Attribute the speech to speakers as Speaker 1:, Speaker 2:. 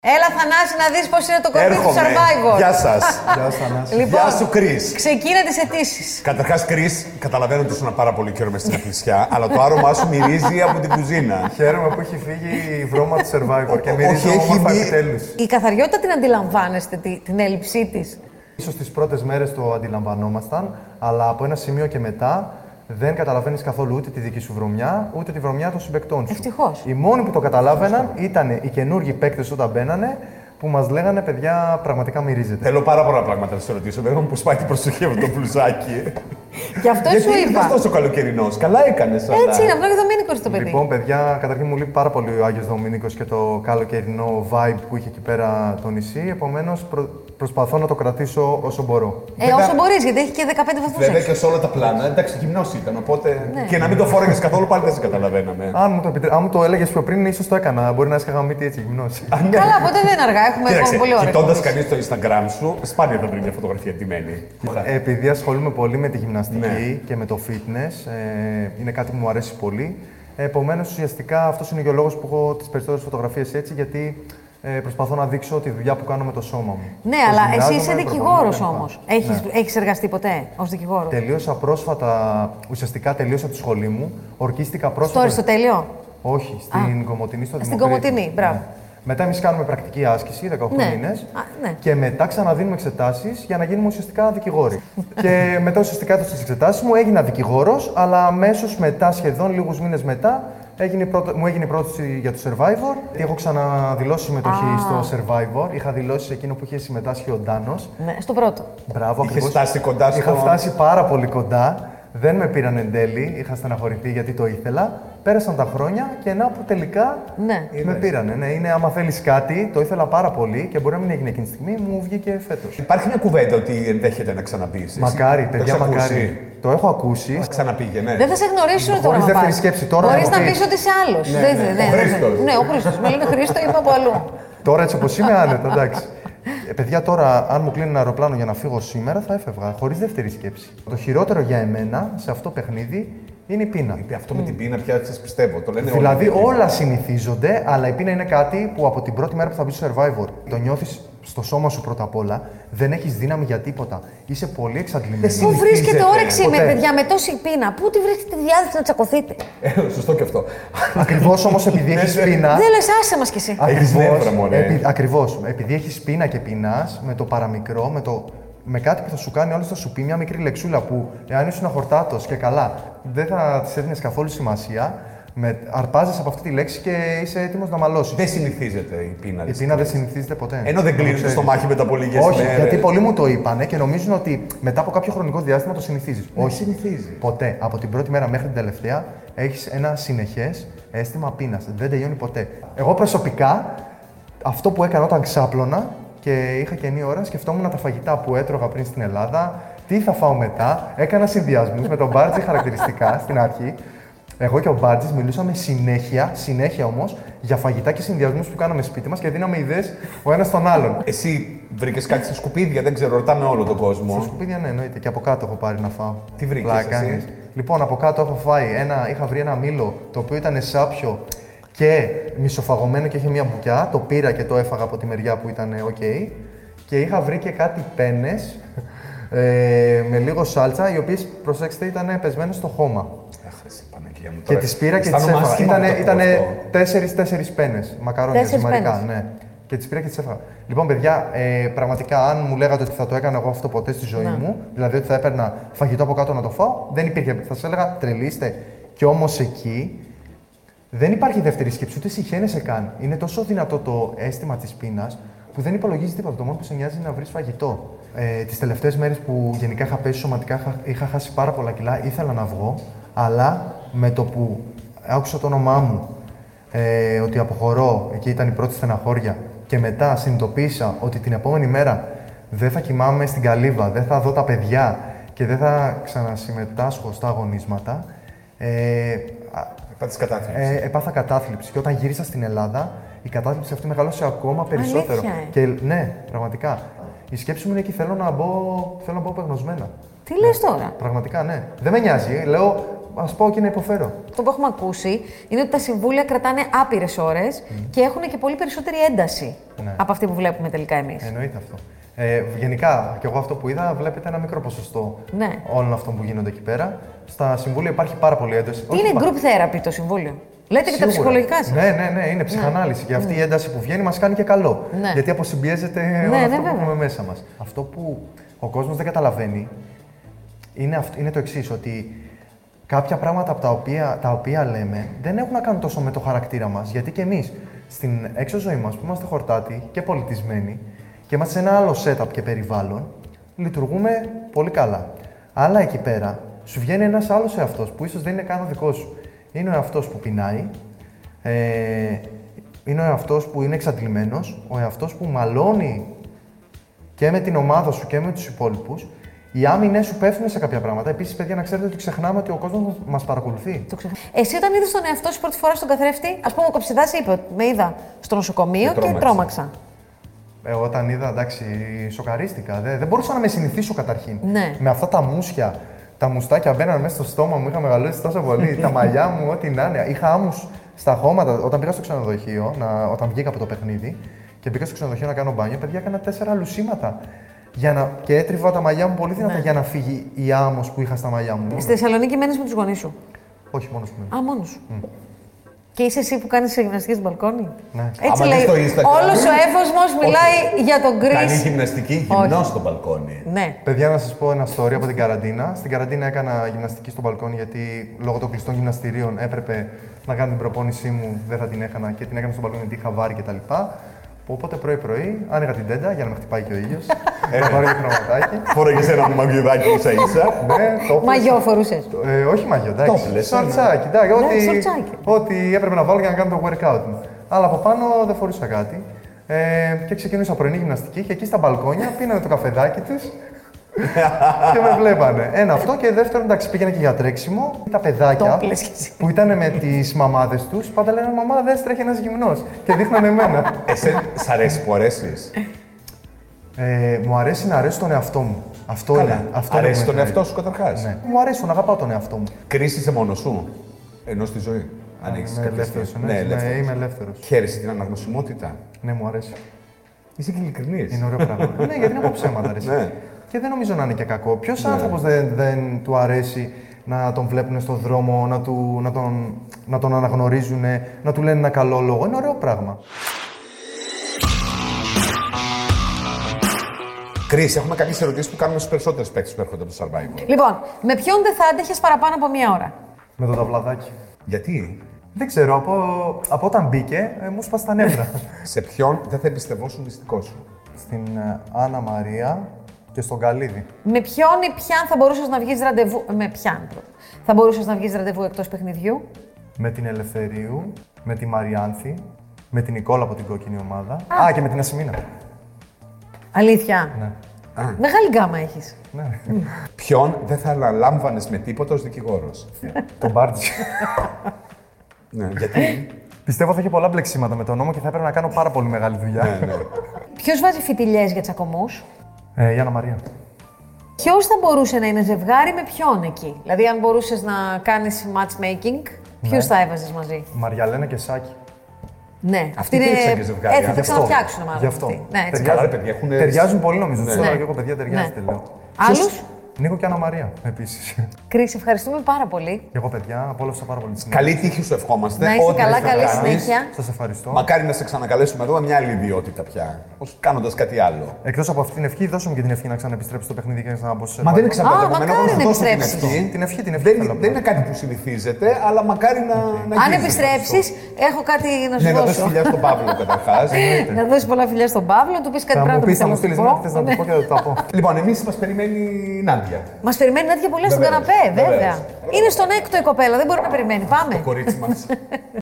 Speaker 1: Έλα, Θανάση, να δεις πώς είναι το κορμί του
Speaker 2: Έρχομαι.
Speaker 1: Survivor.
Speaker 2: Γεια σας.
Speaker 3: Γεια σου, Θανάση.
Speaker 1: Λοιπόν,
Speaker 2: Γεια σου, Chris.
Speaker 1: Ξεκίνα τις αιτήσεις.
Speaker 2: Καταρχάς, Κρι, καταλαβαίνω ότι ήσουν πάρα πολύ καιρό μες στην εκκλησιά, αλλά το άρωμά σου μυρίζει από την κουζίνα.
Speaker 3: Χαίρομαι που έχει φύγει η βρώμα του Survivor και
Speaker 2: Ο-
Speaker 3: μυρίζει
Speaker 2: όχι, έχει
Speaker 3: όμορφα
Speaker 2: μπει-
Speaker 3: επιτέλους.
Speaker 1: Η καθαριότητα την αντιλαμβάνεστε, τη- την έλλειψή της.
Speaker 3: Ίσως τις πρώτες μέρες το αντιλαμβανόμασταν, αλλά από ένα σημείο και μετά δεν καταλαβαίνεις καθόλου ούτε τη δική σου βρωμιά, ούτε τη βρωμιά των συμπεκτών σου.
Speaker 1: Ευτυχώς.
Speaker 3: Οι μόνοι που το καταλάβαιναν ήταν οι καινούργιοι παίκτες όταν μπαίνανε, που μας λέγανε παιδιά πραγματικά μυρίζετε.
Speaker 2: Θέλω πάρα πολλά πράγματα να σε ρωτήσω. Δεν μου πώ πάει την προσοχή από το μπλουζάκι.
Speaker 1: Γι' αυτό
Speaker 2: Γιατί
Speaker 1: σου
Speaker 2: είναι
Speaker 1: είπα.
Speaker 2: τόσο καλοκαιρινός. Καλά έκανες.
Speaker 1: Έτσι είναι, αυτό είναι το μήνυκο το παιδί.
Speaker 3: Λοιπόν, παιδιά, καταρχήν μου λείπει πάρα πολύ ο Άγιος Δομήνικος και το καλοκαιρινό vibe που είχε εκεί πέρα το νησί. Επομένως, προ- προσπαθώ να το κρατήσω όσο μπορώ.
Speaker 1: ε, όσο μπορείς, γιατί έχει και 15 βαθμούς
Speaker 2: Βέβαια
Speaker 1: έξω.
Speaker 2: και σε όλα τα πλάνα. Εντάξει, γυμνό ήταν. Οπότε.
Speaker 1: Ναι.
Speaker 2: Και να μην το φόραγες καθόλου πάλι δεν σε καταλαβαίναμε.
Speaker 3: Αν μου το, επιτρέ- αν μου το έλεγες πιο πριν, ίσως το έκανα. Μπορεί να έσκαγα μύτη έτσι γυμνός.
Speaker 1: Καλά, ποτέ δεν είναι αργά. Έχουμε
Speaker 2: ναι. Κοίταξε,
Speaker 1: ακόμα πολύ ώρα.
Speaker 2: κοιτώντα κανείς το Instagram σου, σπάνια θα βρει μια φωτογραφία
Speaker 3: Ε,
Speaker 2: ντυμένη.
Speaker 3: Επειδή ασχολούμαι πολύ με τη γυμναστική
Speaker 2: Ναι.
Speaker 3: και με το fitness, ε, είναι κάτι που μου αρέσει πολύ. Επομένως, ουσιαστικά αυτός είναι και ο λόγος που έχω τις περισσότερες φωτογραφίες έτσι, γιατί ε, προσπαθώ να δείξω τη δουλειά που κάνω με το σώμα μου.
Speaker 1: Ναι,
Speaker 3: Πώς
Speaker 1: αλλά εσύ
Speaker 3: γυμνάζομαι,
Speaker 1: είσαι
Speaker 3: προπονούμε
Speaker 1: δικηγόρος
Speaker 3: κτλ.
Speaker 1: όμως. Έχεις,
Speaker 2: Ναι.
Speaker 1: έχεις εργαστεί ποτέ ως δικηγόρος.
Speaker 3: Τελείωσα πρόσφατα, ουσιαστικά τελείωσα τη σχολή μου. Ορκίστηκα
Speaker 1: Στο
Speaker 3: πρόσφατα.
Speaker 1: Αριστοτέλειο.
Speaker 3: Όχι, στην Κομωτινή, στο
Speaker 1: Στην
Speaker 3: Δημοκρίτη.
Speaker 1: Κομωτινή, μπράβο.
Speaker 3: Ναι. Μετά εμείς κάνουμε πρακτική άσκηση 18
Speaker 1: Ναι.
Speaker 3: μήνες.
Speaker 1: Α, ναι.
Speaker 3: Και μετά ξαναδίνουμε εξετάσεις για να γίνουμε ουσιαστικά δικηγόροι. και μετά ουσιαστικά έδωσα τι εξετάσεις μου, έγινα δικηγόρος, αλλά αμέσως μετά, σχεδόν λίγους μήνες μετά, έγινε η πρώτο- μου έγινε η πρόταση για το Survivor. Έχω ξαναδηλώσει συμμετοχή στο Survivor. Είχα δηλώσει σε εκείνο που είχε συμμετάσχει ο Ντάνος.
Speaker 1: Ναι, στο πρώτο.
Speaker 3: Μπράβο,
Speaker 2: Είχες
Speaker 3: ακριβώς.
Speaker 2: φτάσει κοντά στο-
Speaker 3: Είχα φτάσει πάρα πολύ κοντά. Δεν με πήραν εν τέλει. Είχα στεναχωρηθεί γιατί το ήθελα. Πέρασαν τα χρόνια και να που τελικά
Speaker 1: Ναι.
Speaker 3: με πήρανε. Ναι, είναι άμα θέλεις κάτι, το ήθελα πάρα πολύ και μπορεί να μην έγινε εκείνη τη στιγμή, μου βγήκε φέτος.
Speaker 2: Υπάρχει μια κουβέντα ότι ενδέχεται να ξαναμπείς.
Speaker 3: Μακάρι, παιδιά, μακάρι. Το έχω
Speaker 2: Ε,
Speaker 3: ακούσει.
Speaker 2: Ξαναπήγαινε.
Speaker 1: Δεν θα σε γνωρίσουν τώρα.
Speaker 3: Χωρίς
Speaker 1: να πας.
Speaker 3: δεύτερη σκέψη, τώρα
Speaker 1: Μπορείς
Speaker 3: να το
Speaker 1: να
Speaker 3: πεις.
Speaker 1: πεις ότι είσαι άλλος.
Speaker 2: Ναι, ναι. Ο Χρήστος.
Speaker 1: Ναι, ο Χρήστος. Με λένε Χρήστο, είμαι από αλλού.
Speaker 3: Τώρα έτσι όπως είμαι, άνετα, εντάξει. Ε, παιδιά, τώρα, αν μου κλείνει ένα αεροπλάνο για να φύγω σήμερα, θα έφευγα, χωρίς δεύτερη σκέψη. Το χειρότερο για εμένα σε αυτό παιχνίδι είναι η πείνα.
Speaker 2: Ε, Αυτό με την πείνα πια σα πιστεύω. Το λένε όλοι.
Speaker 3: Δηλαδή όλα συνηθίζονται, αλλά η πείνα είναι κάτι που από την πρώτη μέρα που θα μπει στο survivor το νιώθεις στο σώμα σου πρώτα απ' όλα. Δεν έχεις δύναμη για τίποτα. Είσαι πολύ
Speaker 1: Πού
Speaker 3: εξαντλημένη.
Speaker 1: βρίσκεται
Speaker 2: συνηθίζεται.
Speaker 1: όρεξη με
Speaker 3: Ποτέ.
Speaker 1: παιδιά με τόση πείνα. Πού τη βρίσκεται τη διάθεση να τσακωθείτε.
Speaker 2: Ε, Σωστό και αυτό.
Speaker 3: Ακριβώς όμως επειδή έχεις πείνα.
Speaker 1: Δεν λες, άσε μας κι εσύ.
Speaker 2: Ναι, Έχεις νεύρα,
Speaker 3: Ακριβώ.
Speaker 2: μωρέ.
Speaker 3: Ακριβώς. Επειδή έχεις πείνα και πεινάς με το παραμικρό, με, το, με κάτι που θα σου κάνει όλο θα σου πει μια μικρή λεξούλα που εάν ήσουν αχορτάτος και καλά, δεν θα της έδινες καθόλου σημασία. Με, αρπάζεσαι από αυτή τη λέξη και είσαι έτοιμος να μαλώσεις.
Speaker 2: Δεν συνηθίζεται η πείνα.
Speaker 3: Η πείνα δεν συνηθίζεται ποτέ.
Speaker 2: Ενώ δεν κλείνουν στο μάχη μετά από λίγες
Speaker 3: Όχι,
Speaker 2: μέρες.
Speaker 3: γιατί πολλοί μου το είπανε και νομίζουν ότι μετά από κάποιο χρονικό διάστημα το συνηθίζεις. Όχι,
Speaker 2: συνηθίζεις.
Speaker 3: Ποτέ. Από την πρώτη μέρα μέχρι την τελευταία έχεις ένα συνεχές αίσθημα πείνας. Δεν τελειώνει ποτέ. Εγώ προσωπικά αυτό που έκανα όταν ξάπλωνα και είχα καινή ώρα, σκεφτόμουν τα φαγητά που έτρωγα πριν στην Ελλάδα, τι θα φάω μετά. Έκανα συνδυασμούς με τον Μπάρτζη χαρακτηριστικά στην αρχή. Εγώ και ο Μπάρτζη μιλούσαμε συνέχεια, συνέχεια όμως, για φαγητά και συνδυασμούς που κάναμε σπίτι μας και δίναμε ιδέες ο ένας τον άλλον.
Speaker 2: Εσύ βρήκες κάτι στα σκουπίδια, δεν ξέρω, ρωτάμε όλο τον
Speaker 3: Στα
Speaker 2: κόσμο.
Speaker 3: σκουπίδια, ναι, εννοείται. Και από κάτω έχω πάρει να φάω.
Speaker 2: Τι βρήκες
Speaker 3: Πλάκα
Speaker 2: εσύ?
Speaker 3: κάνεις. Λοιπόν, από κάτω έχω φάει ένα, είχα βρει ένα μήλο το οποίο ήταν σάπιο και μισοφαγωμένο και είχε μια μπουκιά. Το πήρα και το έφαγα από τη μεριά που ήταν ε, οκ. Και είχα βρει και κάτι πένες ε, με λίγο σάλτσα, οι οποίες προσέξτε ήταν πεσμένες στο χώμα.
Speaker 2: Αχ, εσύ, Παναγία μου,
Speaker 3: Και
Speaker 2: τώρα.
Speaker 3: τις πήρα και τις
Speaker 2: Αισθάνομαι
Speaker 3: έφαγα.
Speaker 2: άσχημα που
Speaker 3: Ήταν,
Speaker 2: το
Speaker 3: ήταν
Speaker 2: ακούω αυτό.
Speaker 3: τέσσερι-τέσσερι πένες. Μακαρόνια,
Speaker 1: Τέσσερις
Speaker 3: ζυμαρικά.
Speaker 1: πένες.
Speaker 3: Ναι. Και τις πήρα και τις έφαγα. Λοιπόν, παιδιά, ε, πραγματικά, αν μου λέγατε ότι θα το έκανα εγώ αυτό ποτέ στη ζωή
Speaker 1: Ναι.
Speaker 3: μου, δηλαδή ότι θα έπαιρνα φαγητό από κάτω να το φάω, δεν υπήρχε. Θα σας έλεγα τρελίστε. Και όμως εκεί δεν υπάρχει δεύτερη σκέψη, ούτε συχαίνεσαι καν. Είναι τόσο δυνατό το αίσθημα της πείνας που δεν υπολογίζεις τίποτα. Το μόνο που σε νοιάζει είναι να βρεις φαγητό. Ε, τις τελευταίες μέρες που γενικά είχα πέσει σωματικά, είχα, είχα χάσει πάρα πολλά κιλά, ήθελα να βγω, αλλά με το που άκουσα το όνομά μου, ε, ότι αποχωρώ, εκεί ήταν η πρώτη στεναχώρια, και μετά συνειδητοποίησα ότι την επόμενη μέρα δεν θα κοιμάμαι στην καλύβα, δεν θα δω τα παιδιά και δεν θα ξανασυμμετάσχω στα αγωνίσματα. Ε, α-
Speaker 2: Θα τις κατάθλιψης.
Speaker 3: ε, έπαθα κατάθλιψη. Και όταν γύρισα στην Ελλάδα, η κατάθλιψη αυτή μεγάλωσε ακόμα περισσότερο.
Speaker 1: Αλήθεια, ε.
Speaker 3: Και, ναι, πραγματικά. Η σκέψη μου είναι εκεί, θέλω να μπω, θέλω να μπω απεγνωσμένα.
Speaker 1: Τι λες τώρα.
Speaker 3: Πραγματικά, ναι. Δεν με νοιάζει. Λέω, ας πάω και να υποφέρω.
Speaker 1: Αυτό που έχουμε ακούσει είναι ότι τα συμβούλια κρατάνε άπειρες ώρες και έχουν και πολύ περισσότερη ένταση
Speaker 3: Ναι.
Speaker 1: από αυτή που βλέπουμε τελικά εμείς.
Speaker 3: Εννοείται αυτό. Ε, γενικά, κι εγώ αυτό που είδα, βλέπετε ένα μικρό ποσοστό
Speaker 1: Ναι.
Speaker 3: όλων αυτών που γίνονται εκεί πέρα. Στα συμβούλια υπάρχει πάρα πολύ ένταση.
Speaker 1: Τι
Speaker 3: Όχι
Speaker 1: είναι
Speaker 3: πα-
Speaker 1: group therapy το συμβούλιο. Λέτε και τα
Speaker 3: Σίγουρα.
Speaker 1: ψυχολογικά σας.
Speaker 3: Ναι, ναι, ναι, είναι ψυχανάλυση. Και αυτή η ένταση που βγαίνει μας κάνει και καλό.
Speaker 1: Ναι.
Speaker 3: Γιατί αποσυμπιέζεται
Speaker 1: ναι,
Speaker 3: όλο αυτό που
Speaker 1: βέβαια.
Speaker 3: έχουμε μέσα μας. Αυτό που ο κόσμος δεν καταλαβαίνει είναι, αυτ- είναι το εξής, ότι κάποια πράγματα από τα οποία, τα οποία λέμε δεν έχουν να κάνουν τόσο με το χαρακτήρα μας. Γιατί και εμείς στην έξω ζωή μας που είμαστε χορτάτοι και πολιτισμένοι και είμαστε σε ένα άλλο setup και περιβάλλον, λειτουργούμε πολύ καλά. Αλλά εκεί πέρα σου βγαίνει ένας άλλος εαυτός που ίσως δεν είναι καν ο δικός σου. Είναι ο εαυτός που πεινάει, ε, είναι ο εαυτός που είναι εξαντλημένος, ο εαυτός που μαλώνει και με την ομάδα σου και με τους υπόλοιπους, οι άμυνε σου πέφτουν σε κάποια πράγματα. Επίσης, παιδιά, να ξέρετε ότι ξεχνάμε ότι ο κόσμος μας παρακολουθεί.
Speaker 1: Το ξεχα- Εσύ όταν είδες τον εαυτό σου πρώτη φορά στον καθρέφτη, ας πούμε, ο Κοψιδά είπε ότι με είδα στο
Speaker 3: Ε,
Speaker 1: νοσοκομείο και
Speaker 2: Και τρόμαξα.
Speaker 1: τρόμαξα.
Speaker 3: Ναι. Εγώ Ε, όταν είδα, εντάξει, σοκαρίστηκα. Δεν, δεν μπορούσα να με συνηθίσω καταρχήν.
Speaker 1: Ναι.
Speaker 3: Με αυτά τα μουσια, τα μουστάκια μπαίναν μέσα στο στόμα μου, είχα μεγαλώσει τόσο πολύ. τα μαλλιά μου, ό,τι να είναι. Είχα άμμους στα χώματα. Όταν πήγα στο ξενοδοχείο, να, όταν βγήκα από το παιχνίδι και πήγα στο ξενοδοχείο να κάνω μπάνιο, παιδιά έκανα τέσσερα λουσίματα. Για να, και έτριβα τα μαλλιά μου πολύ δυνατά για να φύγει η άμμος που είχα στα μαλλιά μου.
Speaker 1: Στη Θεσσαλονίκη μένεις με τους γονείς σου.
Speaker 3: Όχι μόνος που
Speaker 1: Α, μόνος σου. Και είσαι εσύ που κάνεις γυμναστική στο μπαλκόνι.
Speaker 3: Ναι.
Speaker 1: Έτσι
Speaker 2: Άμα
Speaker 1: λέει.
Speaker 2: δεις το Instagram.
Speaker 1: Όλος ο έφοσμο μιλάει για τον
Speaker 2: Κάνει
Speaker 1: Κρι.
Speaker 2: γυμναστική γυμνός στο μπαλκόνι.
Speaker 1: Ναι.
Speaker 3: Παιδιά, να σας πω ένα story από την καραντίνα. Στην καραντίνα έκανα γυμναστική στο μπαλκόνι γιατί λόγω των κλειστών γυμναστηρίων έπρεπε να κάνω την προπόνησή μου, δεν θα την έχανα και την έκανα στο μπαλκόνι γιατί είχα βάρη κτλ. Οπότε πρωί-πρωί άνοιγα την τέντα για να με χτυπάει και ο ήλιος. να πάρω το χρωματάκι.
Speaker 2: Φόραγε ένα μαγιουδάκι ίσα ίσα.
Speaker 3: ναι, το έπλεξα.
Speaker 1: Μαγιό φορούσε.
Speaker 3: Ε, όχι μαγιό,
Speaker 2: Το ναι.
Speaker 3: εντάξει.
Speaker 2: έπλες,
Speaker 3: Σορτσάκι, εντάξει.
Speaker 1: Ναι,
Speaker 3: Ό,τι,
Speaker 1: σορτσάκι.
Speaker 3: ό,τι έπρεπε να βάλω για να κάνω το workout μου. Αλλά από πάνω δεν φορούσα κάτι. Ε, και ξεκινούσα πρωινή γυμναστική και εκεί στα μπαλκόνια πίνανε το καφεδάκι τους και με βλέπανε. Ένα αυτό και δεύτερον, εντάξει, πήγαινα και για τρέξιμο. Τα παιδάκια
Speaker 1: Το λες κι εσύ.
Speaker 3: που ήταν με τις μαμάδες τους, πάντα λένε Μαμά, δεν τρέχει ένας γυμνός. Και δείχνανε εμένα.
Speaker 2: Εσένα σ' αρέσει που αρέσεις.
Speaker 3: Ε, μου αρέσει να αρέσει τον εαυτό μου. Αυτό είναι. Αυτό είναι
Speaker 2: αρέσει
Speaker 3: που με
Speaker 2: τον εαυτό
Speaker 3: χαρίζει.
Speaker 2: σου καταρχάς.
Speaker 3: Ναι. Μου αρέσει, τον αγαπάω τον εαυτό μου.
Speaker 2: Κρίση σε μόνο σου. Ενώ στη ζωή. Ανοίξει
Speaker 3: Είμαι
Speaker 2: κάποια
Speaker 3: ελεύθερος,
Speaker 2: στιγμή.
Speaker 3: ναι,
Speaker 2: Ε, Ναι,
Speaker 3: ναι,
Speaker 2: ελεύθερος.
Speaker 3: είμαι ελεύθερος.
Speaker 2: Χαίρεσαι την αναγνωσιμότητα.
Speaker 3: Ναι, μου αρέσει.
Speaker 2: Είσαι και ειλικρινής.
Speaker 3: Είναι ωραίο πράγμα. ναι, γιατί να πω ψέματα, ρε. εσύ.
Speaker 2: Ναι.
Speaker 3: Και δεν νομίζω να είναι και κακό. Ποιος άνθρωπος δεν, δεν του αρέσει να τον βλέπουν στον δρόμο, να, του, να, τον, να τον αναγνωρίζουν, να του λένε ένα καλό λόγο. Είναι ωραίο πράγμα.
Speaker 2: Κρίση, έχουμε κάποιες ερωτήσεις που κάνουμε στους περισσότερους παίκτες που έρχονται από το survivor.
Speaker 1: Λοιπόν, με ποιον δεν θα άντεχες παραπάνω από μία ώρα.
Speaker 3: Με το ταυλαδάκι.
Speaker 2: Γιατί
Speaker 3: Δεν ξέρω, από, από όταν μπήκε, ε, μου σπάσει τα νεύρα.
Speaker 2: σε ποιον δεν θα εμπιστευόσουν μυστικό σου.
Speaker 3: Στην ε, Άννα Μαρία και στον Καλίδη.
Speaker 1: Με ποιον ή ποιαν θα μπορούσες να βγεις ραντεβού. Με ποιαν πρώτα. Θα μπορούσες να βγεις ραντεβού εκτός παιχνιδιού.
Speaker 3: Με την Ελευθερίου, με τη Μαριάνθη, με την Νικόλα από την κόκκινη ομάδα. Α, και με την Ασημίνα.
Speaker 1: Αλήθεια.
Speaker 3: Ναι.
Speaker 1: Μεγάλη γκάμα έχεις.
Speaker 3: ναι.
Speaker 2: Ποιον δεν θα αναλάμβανες με τίποτα ως δικηγόρος.
Speaker 3: τον Μπάρτζη.
Speaker 2: ναι, γιατί.
Speaker 3: Πιστεύω θα είχε πολλά μπλεξίματα με τον νόμο και θα έπρεπε να κάνω πάρα πολύ μεγάλη δουλειά.
Speaker 2: ναι, ναι.
Speaker 1: Ποιος βάζει φιτιλιές για τσακωμούς.
Speaker 3: Ε, η Άννα Μαρία.
Speaker 1: Ποιος θα μπορούσε να είναι ζευγάρι με ποιον εκεί. Δηλαδή, αν μπορούσες να κάνεις matchmaking, ποιου
Speaker 3: Ναι.
Speaker 1: θα έβαζες μαζί.
Speaker 3: Μαριαλένα και Σάκη.
Speaker 1: Ναι, αυτή
Speaker 2: υπήρξαν και ζευγάρια.
Speaker 1: Ε, θα τα
Speaker 2: Γι'
Speaker 3: αυτό.
Speaker 1: ξαναφτιάξουν μάλλον.
Speaker 3: Γι' αυτό.
Speaker 1: αυτοί. Ναι, έτσι.
Speaker 2: Ταιριάζει. Καλά, ρε παιδιά, έχουνε-
Speaker 3: Ταιριάζουν πολύ νομίζω. Του
Speaker 2: Ναι.
Speaker 3: έλεγα και εγώ παιδιά ταιριάζετε
Speaker 1: Ναι.
Speaker 3: λέω.
Speaker 1: Άλλους?
Speaker 3: Ποιος- Νίκο και Άννα Μαρία επίσης.
Speaker 1: Κρίση, ευχαριστούμε πάρα πολύ.
Speaker 3: και εγώ παιδιά απόλαυσα πάρα πολύ τη συνέντευξη.
Speaker 2: Καλή τύχη σου ευχόμαστε.
Speaker 1: Να είσαι
Speaker 2: Ό,τι
Speaker 1: καλά,
Speaker 2: και να
Speaker 1: καλή
Speaker 2: κάνεις.
Speaker 1: συνέχεια.
Speaker 3: Σας ευχαριστώ.
Speaker 2: Μακάρι να σε ξανακαλέσουμε εδώ με μια άλλη ιδιότητα πια. Κάνοντας κάτι άλλο.
Speaker 3: Εκτός από αυτή την ευχή, δώσω μου και την ευχή να ξαναεπιστρέψω στο παιχνίδι και να ξαναμπω σε
Speaker 2: Μα
Speaker 3: σερβάκι.
Speaker 2: δεν είναι
Speaker 1: Α,
Speaker 2: ξαπλατευμένο.
Speaker 1: μακάρι
Speaker 2: εγώ θα
Speaker 1: να
Speaker 2: δώσω την
Speaker 1: επιστρέψεις.
Speaker 2: ευχή.
Speaker 3: Την ευχή, την ευχή.
Speaker 2: Δεν,
Speaker 3: θέλω
Speaker 2: είναι-
Speaker 3: να
Speaker 2: δεν
Speaker 3: πω.
Speaker 2: είναι κάτι που συνηθίζεται, αλλά μακάρι να, να
Speaker 1: Αν
Speaker 2: γίνει.
Speaker 1: επιστρέψει, έχω κάτι να σου
Speaker 2: Ναι, να δώσει
Speaker 1: δώσω. Ναι.
Speaker 2: φιλιά στον Παύλο καταρχάς.
Speaker 1: Να δώσεις πολλά φιλιά στον Παύλο, του πεις κάτι
Speaker 3: Θα
Speaker 1: πράγμα
Speaker 3: μου
Speaker 1: που
Speaker 3: πεις, θα μου στείλεις μάτι, θες να
Speaker 1: Ναι.
Speaker 3: το πω και θα το τα πω.
Speaker 2: λοιπόν, εμείς μας περιμένει η Νάντια.
Speaker 1: Μα περιμένει Νάντια πολλά στον
Speaker 2: Βεβαίως,
Speaker 1: καναπέ, βέβαια.
Speaker 2: βεβαίως.
Speaker 1: Είναι στον έκτο η κοπέλα, δεν μπορεί να περιμένει. Πάμε.
Speaker 2: Κορίτσι μας.